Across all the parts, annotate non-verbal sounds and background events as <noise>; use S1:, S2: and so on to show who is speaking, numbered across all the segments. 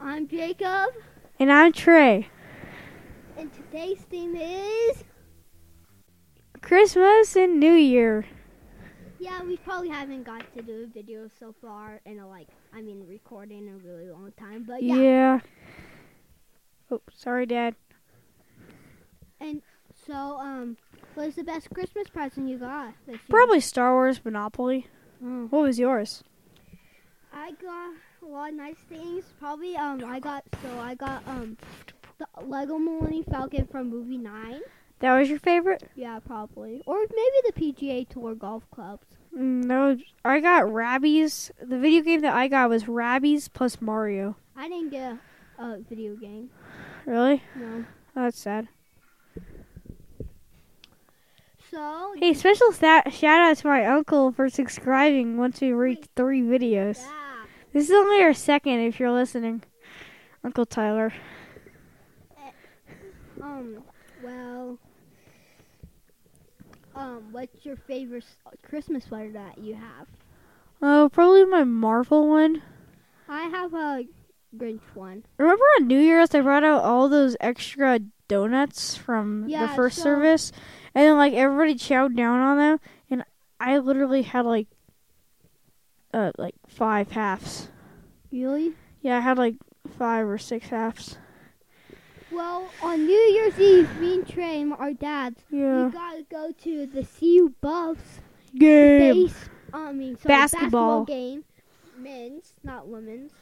S1: I'm Jacob,
S2: And I'm Trey.
S1: and today's theme is
S2: Christmas and New Year.
S1: yeah. We probably haven't got to do videos so far in a like I mean recording in a really long time, but Uh, yeah.
S2: Oh, sorry, Dad.
S1: So um, what is the best Christmas present you got this year?
S2: Probably Star Wars Monopoly.
S1: Mm.
S2: What was yours?
S1: I got a lot of nice things. Probably um, I got so I got um, the Lego Millennium Falcon from movie nine.
S2: That was your favorite?
S1: Yeah, probably, or maybe the PGA Tour golf clubs.
S2: No, Mm, I got Rabbies. The video game that I got was Rabbies plus Mario.
S1: I didn't get a, a video game.
S2: Really?
S1: No.
S2: That's sad.
S1: So
S2: Hey, special tha- shout out to my uncle for subscribing once we reached three videos.
S1: yeah.
S2: This is only our second if you're listening. Uncle Tyler.
S1: Um, well, um, what's your favorite s- Christmas sweater that you have?
S2: Oh, probably my Marvel one.
S1: I have a Grinch one.
S2: Remember on New Year's, I brought out all those extra donuts from the
S1: Yeah,
S2: first
S1: so-
S2: service, and then like everybody chowed down on them, and I literally had like, uh, like five halves.
S1: Really?
S2: Yeah, I had like five or six halves.
S1: Well, on New Year's Eve, me and Trey and our dads,
S2: Yeah,
S1: we gotta go to the CU Buffs
S2: game.
S1: base. I mean, sorry,
S2: Basketball.
S1: basketball game, men's, not women's.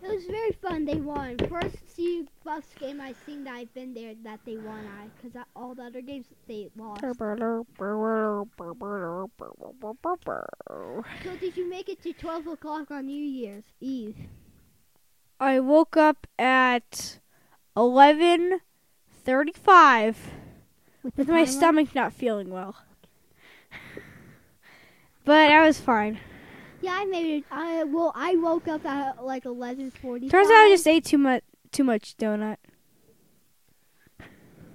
S1: It was very fun. They won first CU Buffs game I've seen that I've been there that they won. I because all the other games they lost. So did you make it to 12 o'clock on New Year's Eve?
S2: I woke up at eleven thirty-five with my stomach not feeling well, but I was fine.
S1: Yeah, I made it. I well, I woke up at like 11:40.
S2: Turns out I just ate too much too much donut.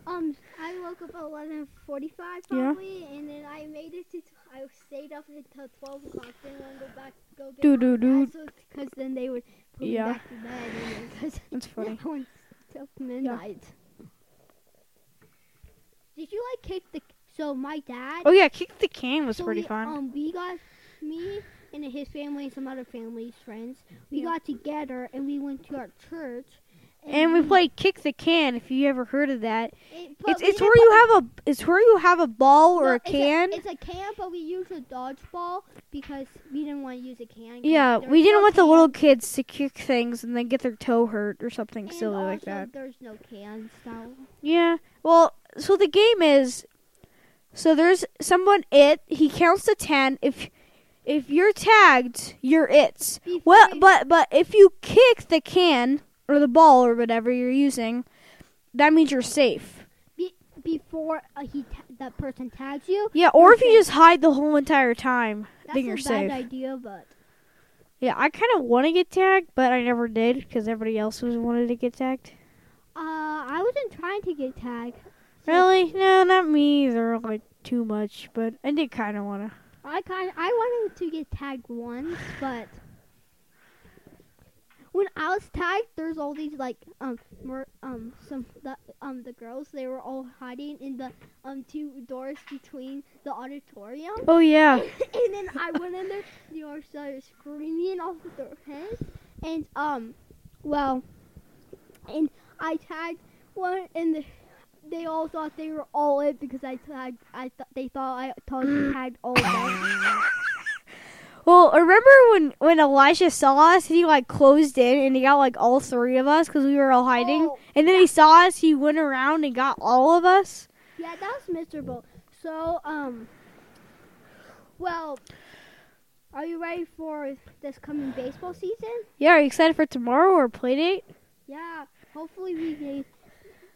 S1: um, I woke up at 11:45
S2: Yeah.
S1: probably, and then I made it to. T- I stayed up until 12 o'clock. Didn't want to go back. Go get
S2: Do, do,
S1: Because then they would put me
S2: Yeah.
S1: back to bed. <laughs> Because
S2: That's funny.
S1: I went till midnight. Did you like kick the? So my dad.
S2: Oh yeah, kick the can was
S1: So
S2: pretty
S1: we,
S2: fun.
S1: Um, we got me and his family and some other families, friends. We
S2: Yeah.
S1: got together and we went to our church.
S2: And we played kick the can. If you ever heard of that,
S1: it- but
S2: it's
S1: we
S2: it's
S1: didn't
S2: where you have a it's where you have a ball
S1: play-
S2: or a
S1: it's
S2: can.
S1: It's a can, but we used a dodgeball because we didn't want to use a can. 'cause
S2: Yeah,
S1: there's
S2: we
S1: no
S2: didn't want the
S1: can,
S2: little kids to kick things and then get their toe hurt or something
S1: and
S2: silly like
S1: also
S2: that.
S1: There's no cans now.
S2: Yeah. Well, so the game is so there's someone it, he counts to 10. If if you're tagged, you're it. Well, but but if you kick the can or the ball or whatever you're using, that means you're safe.
S1: before uh, he ta- that person tags you,
S2: Yeah, or if you
S1: Okay.
S2: just hide the whole entire time,
S1: that's
S2: then
S1: a
S2: you're
S1: bad
S2: safe.
S1: idea. But
S2: Yeah, I kind of want to get tagged, but I never did because everybody else was wanted to get tagged.
S1: uh, I wasn't trying to get tagged. So-
S2: Really? No, not me either. Like too much, but I did kind of want to.
S1: I kind I wanted to get tagged once, but when I was tagged, there's all these like um mer- um some the, um the girls they were all hiding in the um two doors between the auditorium, <laughs>
S2: Oh yeah.
S1: and then I went in there. They were started screaming off with their heads, and um, well, and I tagged one, and the, they all thought they were all it because I tagged. I thought they thought I totally tagged all of them.
S2: Well, remember when when Elisha saw us, he like closed in and he got like all three of us because we were all hiding.
S1: Oh,
S2: and then he saw us, he went around and got all of us.
S1: yeah, that was miserable. So, um, well, are you ready for this coming baseball season?
S2: Yeah, are you excited for tomorrow or play date?
S1: Yeah, hopefully we can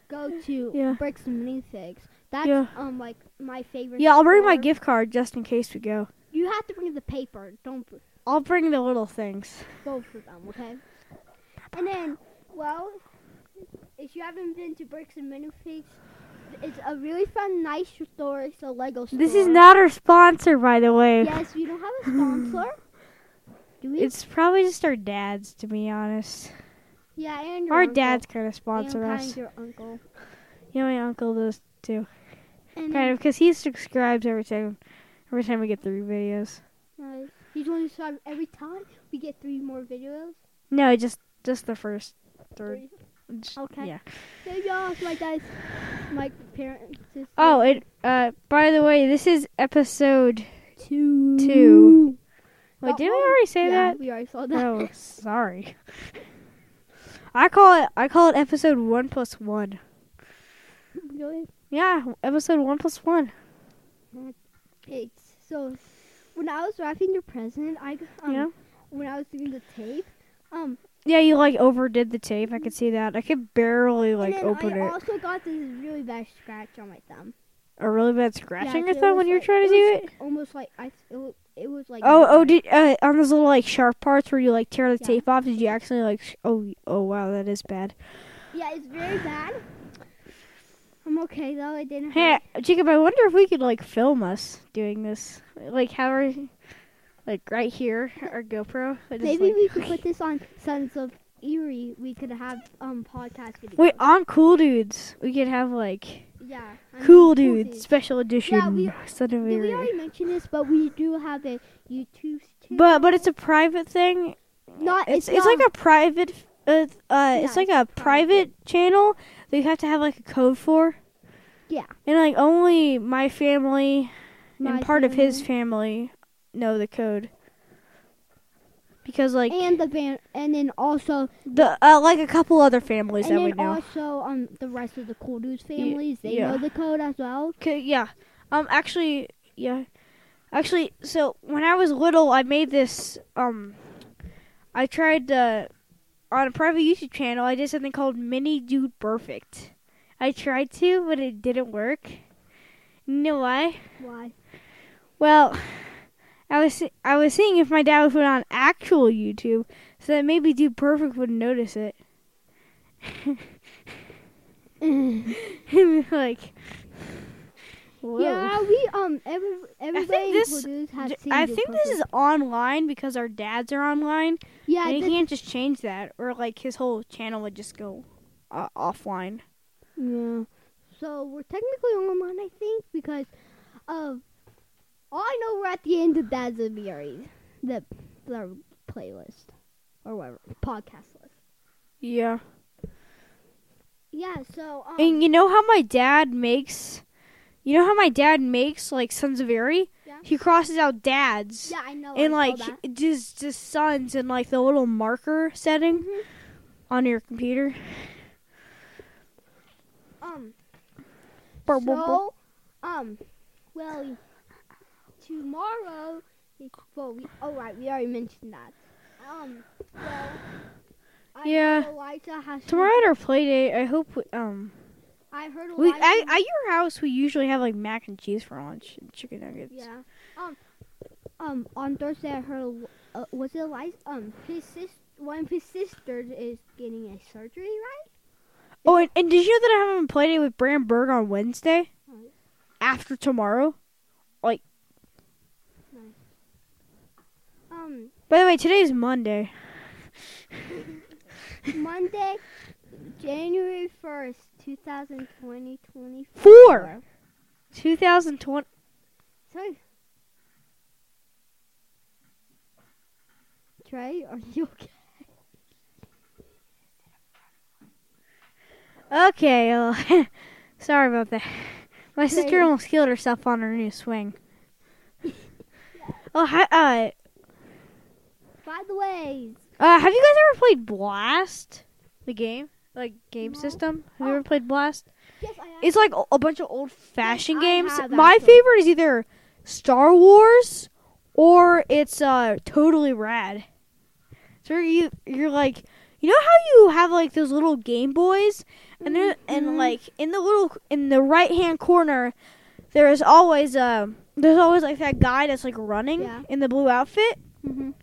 S1: go to
S2: Yeah.
S1: break some minifigs. That's
S2: Yeah.
S1: um like my favorite.
S2: Yeah, I'll bring my
S1: store.
S2: gift card just in case we go.
S1: You have to bring the paper. Don't br-
S2: I'll bring the little things.
S1: go for them, okay? And then, well, if you haven't been to Bricks and Minifigs, it's a really fun, nice store. It's a Lego store.
S2: This is not our sponsor, by the way.
S1: Yes, we don't have
S2: <sighs>
S1: a sponsor. Do we?
S2: It's probably just our dads, to be honest.
S1: Yeah, and your
S2: Our
S1: uncle.
S2: dads kind of sponsor
S1: and
S2: us.
S1: Kind your uncle.
S2: Yeah, my uncle does
S1: And
S2: kind of because he subscribes every time. Every time we get three videos.
S1: uh, he's going to subscribe every time we get three more videos.
S2: No, just just the first third.
S1: Three.
S2: just-
S1: Okay.
S2: Yeah.
S1: So y'all, my dad's, my parents. sister.
S2: Oh, it. Uh. By the way, this is episode.
S1: two.
S2: two. Wait,
S1: Uh,
S2: didn't we
S1: oh,
S2: already say
S1: yeah,
S2: that?
S1: <laughs> we already saw that.
S2: Oh, sorry. I call it I call it episode one plus one.
S1: really?
S2: Yeah, episode one plus one.
S1: It's so. When I was wrapping your present, I g- um,
S2: Yeah.
S1: when I was doing the tape, um,
S2: Yeah, you like overdid the tape. I could see that. I could barely like
S1: and then
S2: open
S1: I
S2: it.
S1: also got this really bad scratch on my thumb.
S2: A really bad scratch on
S1: Yeah,
S2: your
S1: so it
S2: thumb
S1: was
S2: when you were
S1: like-
S2: trying to
S1: it
S2: do
S1: was
S2: it.
S1: Almost like I, it, wa- it was like.
S2: Oh, oh,
S1: really-
S2: did uh, on those little like sharp parts where you like tear the
S1: Yeah.
S2: tape off? Did you actually like? Sh- oh, oh wow, that is bad.
S1: Yeah, it's very bad. I'm okay though. It didn't
S2: Hey,
S1: hurt.
S2: Jacob, I wonder if we could like film us doing this, like have our, like right here, our GoPro. and just,
S1: Maybe
S2: like-
S1: we could put this on Sons of Erie. We could have um podcast videos.
S2: Wait, on Cool Dudes, we could have like
S1: yeah. I mean,
S2: Cool Dudes special
S1: Yeah,
S2: edition.
S1: we-
S2: Son of a-
S1: Did we already mention this? But we do have a YouTube. channel.
S2: but but it's a private thing.
S1: not.
S2: It's
S1: It's,
S2: it's
S1: not-
S2: like a private. Uh, uh, it's like a private,
S1: it's private.
S2: channel that you have to have like a code for.
S1: Yeah.
S2: And like only my family
S1: My
S2: and part of his family know the code. Because like
S1: and the van, and then also,
S2: the uh, like a couple other families
S1: and
S2: that we
S1: then
S2: know.
S1: also, um, the rest of the cool dudes
S2: Ye-
S1: families, they
S2: yeah.
S1: know the code as well.
S2: Okay, yeah. Um, actually, yeah. Actually, so when I was little, I made this. Um, I tried to on a private YouTube channel. I did something called Mini Dude Perfect. I tried to, but it didn't work. You know why?
S1: <laughs> Why?
S2: Well, I was se- I was seeing if my dad would put it on actual YouTube, so that maybe Dude Perfect would notice it. <laughs> like, whoa.
S1: Yeah, we um every everybody
S2: this-
S1: cool dudes have
S2: J-
S1: seen.
S2: I
S1: Dude
S2: think this is
S1: Perfect.
S2: online because our dads are online,
S1: yeah.
S2: and he
S1: this-
S2: can't just change that, or like his whole channel would just go uh, offline.
S1: yeah. So we're technically online, I think, because of all I know, we're at the end of Dads of Yuri, the the playlist or whatever podcast list.
S2: Yeah,
S1: Yeah. So um,
S2: and you know how my dad makes, you know how my dad makes like Sons of Erie.
S1: Yeah.
S2: He crosses out dads
S1: yeah, I know.
S2: and
S1: I saw
S2: like
S1: that.
S2: he- just just sons and like the little marker setting
S1: Mhm.
S2: on your computer.
S1: Um.
S2: Burp, burp, burp.
S1: So, um, well, tomorrow. Well, we. Oh right, we already mentioned that. Um. Well. I
S2: Yeah.
S1: Heard Eliza has to-
S2: Tomorrow at our play date, I hope we, um
S1: I heard Eliza.
S2: we I, at your house we usually have like mac and cheese for lunch and chicken nuggets.
S1: yeah. Um. Um. On Thursday, I heard. Eli- Uh, was it Eliza? Um. His sis. One of his sisters is getting a surgery, right?
S2: Oh, and, and did you know that I haven't played it with Bram Berg on Wednesday?
S1: Nice.
S2: After tomorrow? <laughs>
S1: Um.
S2: By the way, today is Monday.
S1: Monday, January first, two thousand twenty twenty
S2: Four! 2020.
S1: Sorry. Trey, are you okay?
S2: Okay, uh, <laughs> sorry about that. My
S1: Okay.
S2: sister almost killed herself on her new swing. oh, hi, uh,
S1: By the way,
S2: uh, have you guys ever played Blast? The game? Like, game
S1: No.
S2: system? Have
S1: Oh.
S2: you ever played Blast?
S1: yes, I am.
S2: It's like o- a bunch of old fashioned
S1: I
S2: games.
S1: have,
S2: My
S1: actually.
S2: favorite is either Star Wars or it's uh totally rad. So you you're like you know how you have like those little Game Boys and there
S1: Mhm.
S2: and like in the little in the right hand corner there is always um there's always like that guy that's like running
S1: Yeah.
S2: in the blue outfit.
S1: Mhm.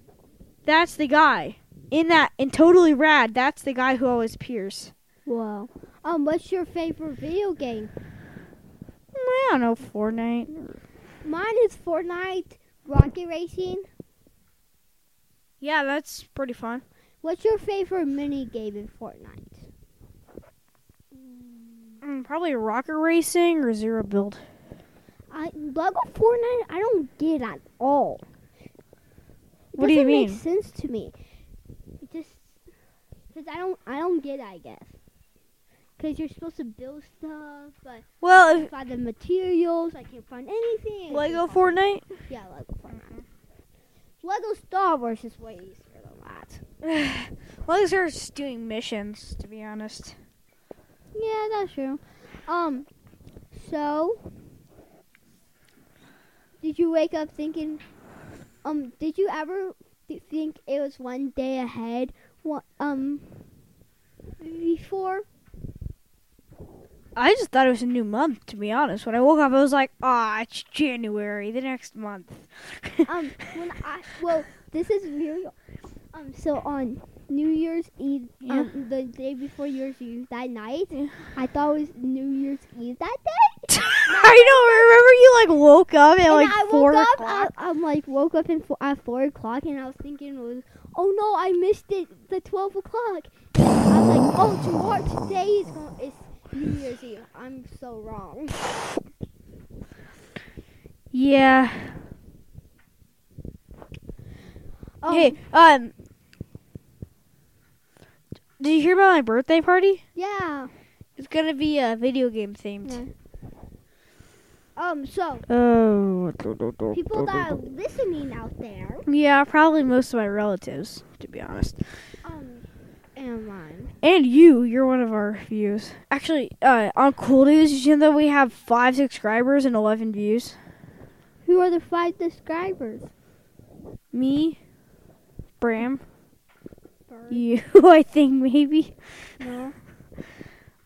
S2: That's the guy. In that in totally rad, that's the guy who always appears.
S1: Wow. Um, what's your favorite video game?
S2: Mm, I don't know, Fortnite or
S1: Mine is Fortnite, Rocket Racing.
S2: Yeah, that's pretty fun.
S1: What's your favorite mini game in Fortnite?
S2: Mm, probably rocket racing or zero build.
S1: I Lego Fortnite. I don't get at all. It
S2: What do you
S1: doesn't
S2: mean?
S1: Make sense to me. It just because I don't I don't get. It, I guess because you're supposed to build stuff, but
S2: Well,
S1: I find the materials. I can't find anything. I
S2: Uh, Lego
S1: can't find-
S2: Fortnite.
S1: Yeah, Lego Fortnite. Lego Star Wars is way easier than that.
S2: Legos are just doing missions, to be honest.
S1: Yeah, that's true. Um, so did you wake up thinking? Um, did you ever th- think it was one day ahead? What um before?
S2: I just thought it was a new month, to be honest. When I woke up, I was like, ah, it's January, the next month. <laughs>
S1: Um, when I well, this is real. Um, so on New Year's Eve, um, the day before New Year's Eve, that night,
S2: Yeah.
S1: I thought it was New Year's Eve that day.
S2: I know. Remember, you like woke up at like
S1: I woke
S2: four
S1: up. uh,
S2: o'clock.
S1: I, am like woke up in four, at four o'clock, and I was thinking was, oh no, I missed it. The twelve o'clock.
S2: <laughs>
S1: I was like, oh, tomorrow, today is going, it's New Year's Eve. I'm so wrong.
S2: Yeah.
S1: Um,
S2: hey, um, did you hear about my birthday party?
S1: Yeah.
S2: It's gonna be a video game themed.
S1: Yeah. Um. So
S2: Oh.
S1: people that are listening out there,
S2: Yeah, probably most of my relatives, to be honest.
S1: um, and mine.
S2: And you, you're one of our views. Actually, uh, on Cool News, you see that we have five subscribers and 11 views.
S1: Who are the five describers?
S2: Me, Bram,
S1: Bird,
S2: you, <laughs> I think maybe.
S1: no.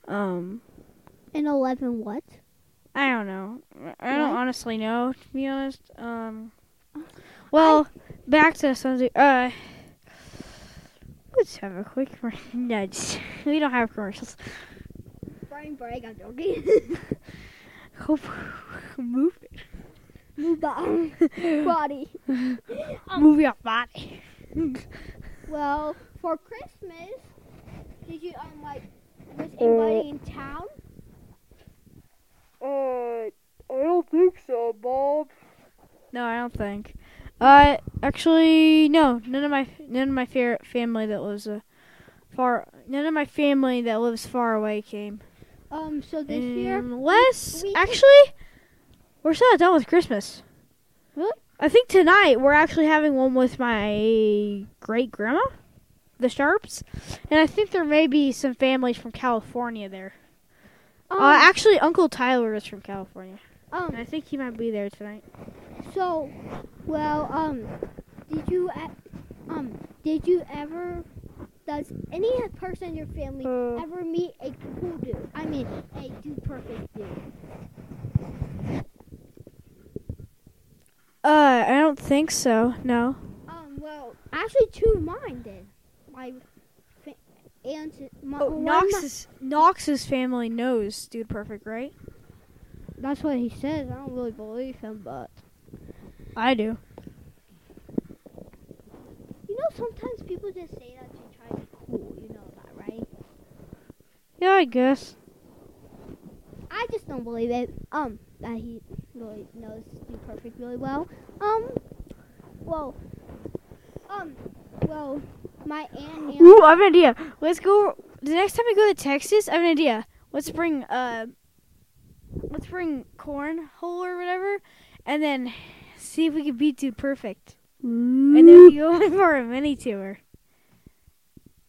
S2: Um,
S1: And eleven what?
S2: I don't know. I don't
S1: What?
S2: honestly know, to be honest. Um, well, back to something. Uh, let's have a quick <laughs> nudge. we don't have commercials. <laughs>
S1: Brian Bragg. I'm joking.
S2: Hope <laughs> move
S1: <laughs> Move <laughs> on. Body.
S2: move your body.
S1: Well, for Christmas, did you um like was anybody in town?
S2: Uh, I don't think so, Bob. No, I don't think. Uh, actually, no. None of my none of my fa- family that lives uh, far none of my family that lives far away came.
S1: Um, so this
S2: Mm.
S1: year,
S2: unless
S1: we- we-
S2: actually, we're still not done with Christmas.
S1: Really?
S2: I think tonight we're actually having one with my great grandma, the Sharps, and I think there may be some families from California there.
S1: um,
S2: uh, actually, Uncle Tyler is from California.
S1: um,
S2: I think he might be there tonight.
S1: so, well, um, did you, e- um, did you ever, does any person in your family
S2: Uh.
S1: ever meet a cool dude? I mean, a dude perfect dude.
S2: Uh, I don't think so. No.
S1: Um, well, actually, two of mine did. My fa- aunt, my one of my-
S2: Oh, Knox's Knox's family knows Dude Perfect, right?
S1: That's what he says. I don't really believe him, but.
S2: I do.
S1: You know, sometimes people just say that to try to be cool. You know that, right?
S2: Yeah, I guess.
S1: I just don't believe it. Um, that he really knows New Perfect really well. Um, well, um, well, my aunt and
S2: Ooh, I have an idea. Let's go. The next time we go to Texas, I have an idea. Let's bring uh, let's bring cornhole or whatever, and then see if we can beat Dude Perfect. And then we go <laughs> for a mini tour,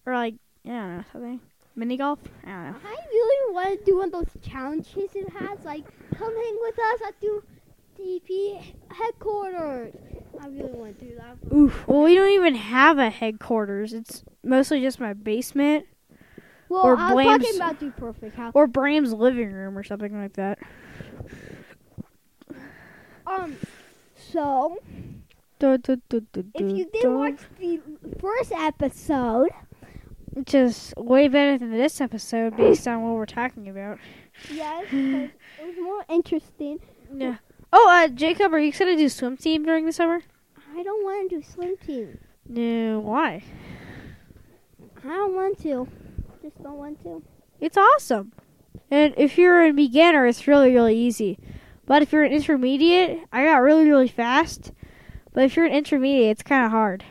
S2: or like I don't know something mini golf. I don't know.
S1: I really want to do one of those challenges it has. Like, come hang with us at do DP headquarters. I really want to do that. but-
S2: Oof. Well, we don't even have a headquarters. It's mostly just my basement
S1: Well,
S2: Or
S1: I was
S2: blames-
S1: talking about New Perfect. How?
S2: or Bram's living room or something like that.
S1: Um, so. If you did watch the first episode,
S2: which is way better than this episode based on what we're talking about.
S1: yes, 'cause it was more interesting.
S2: Yeah. Oh, uh, Jacob, are you excited to do swim team during the summer?
S1: I don't want to do swim team.
S2: No. Why?
S1: I don't want to. Just don't want to.
S2: It's awesome. And if you're a beginner, it's really, really easy. But if you're an intermediate, I got really, really fast. But if you're an intermediate, it's kind of hard.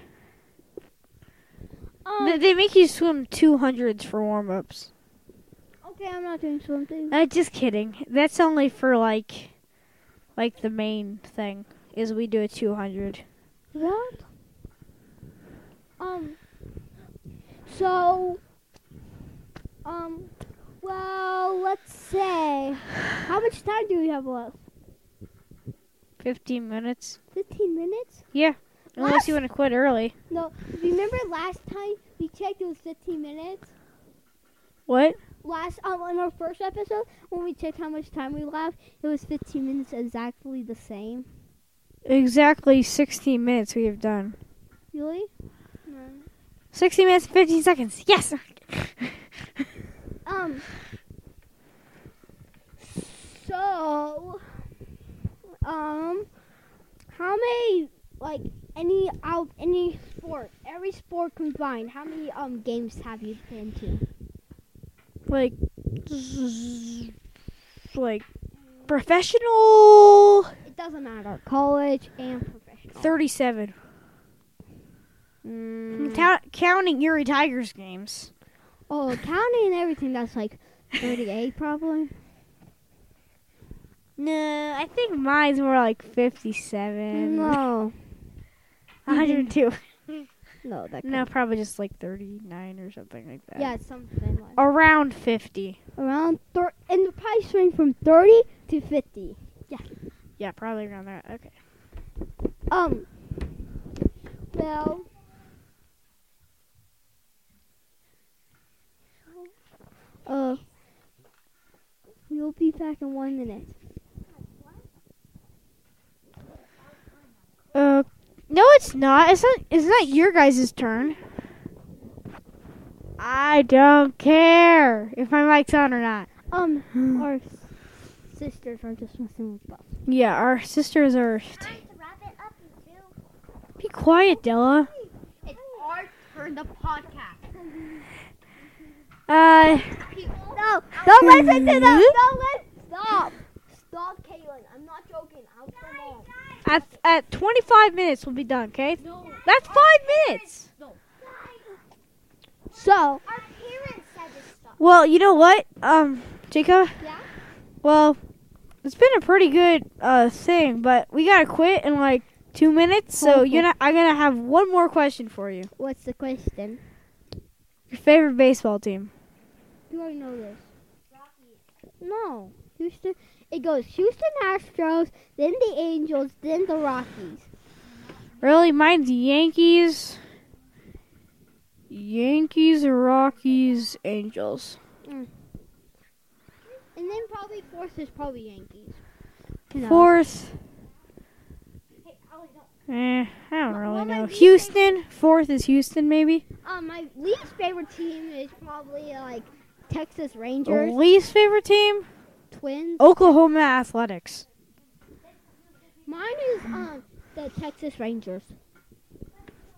S1: Um,
S2: They, they make you swim 200s for warm ups.
S1: okay, I'm not doing something.
S2: Uh, just kidding. That's only for like, like the main thing is we do a 200.
S1: What? Um. So. Um. Well, let's say. How much time do we have left?
S2: 15 minutes.
S1: 15 minutes?
S2: Unless you want to quit early.
S1: No. Remember last time we checked it was 15 minutes?
S2: What?
S1: Last um, on our first episode when we checked how much time we left, it was 15 minutes exactly the same.
S2: Exactly 16 minutes we have done.
S1: Really?
S2: 60 minutes and 15 seconds. Yes! <laughs>
S1: Um. So, um, how many like any out any sport, every sport combined, how many um games have you been to?
S2: like like professional
S1: It doesn't matter, college and professional.
S2: 37
S1: Mm.
S2: Count, counting Erie Tigers games
S1: oh, counting and everything, that's like thirty-eight <laughs> probably.
S2: no I think mine's more like 57
S1: No,
S2: 102
S1: no, that
S2: no
S1: no.
S2: probably just like 39 or something like that
S1: Yeah, something like
S2: around 50
S1: around thir- in the price range from thirty to fifty.
S2: yeah probably around that okay
S1: Um. Well. Uh. We'll be back in one minute.
S2: uh no it's not it's not it's not your guys' turn I don't care if my mic's on or not
S1: Um. <sighs> Our s- sisters are just messing with us.
S2: Yeah, our sisters are.
S3: Time to wrap it up, you two.
S2: Be quiet, Della.
S3: It's our turn to podcast.
S2: Uh,
S3: People,
S1: No! Don't listen to them!
S2: Hmm?
S1: Don't listen! Stop! Stop, Caitlin. I'm not joking. I'll come on.
S2: at at 25 minutes we'll be done. Okay,
S3: no.
S2: that's five minutes.
S1: So,
S3: Our parents said this stuff.
S2: Well, you know what, um, Jacob.
S1: Yeah?
S2: Well, it's been a pretty good uh thing, but we gotta quit in like two minutes. So you're not. I'm gonna have one more question for you.
S1: what's the question?
S2: Your favorite baseball team?
S1: Do I know this? No. Houston. It goes Houston Astros, then the Angels, then the Rockies.
S2: Really, mine's Yankees. Yankees, Rockies, Angels.
S1: And then probably fourth is probably Yankees.
S2: Fourth.
S3: Hey, Allie, no.
S2: Eh, I don't
S1: Wh-
S2: really
S1: what
S2: know.
S1: might be
S2: Houston, fourth is Houston, maybe.
S1: Um, my least favorite team is probably like Texas Rangers,
S2: Least favorite team,
S1: Twins.
S2: Oh. Oklahoma Athletics.
S1: Mine is um the Texas Rangers.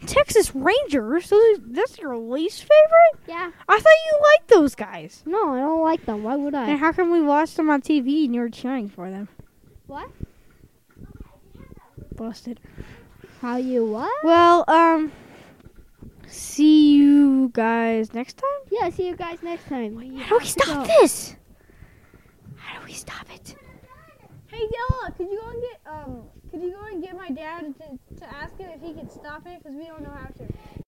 S2: Texas Rangers. Those are, that's your least favorite.
S1: Yeah.
S2: I thought you liked those guys.
S1: No, I don't like them. Why would
S2: And
S1: I?
S2: how come we watched them on TV and you were cheering for them?
S1: What?
S2: Busted.
S1: How you what?
S2: Well, um, see you guys next time.
S1: Yeah. See you guys next time.
S2: How do we stop this? How do we stop it?
S4: Hey Della, could you go and get um? Could you go and get my dad to, to ask him if he could stop it? Cause we don't know how to.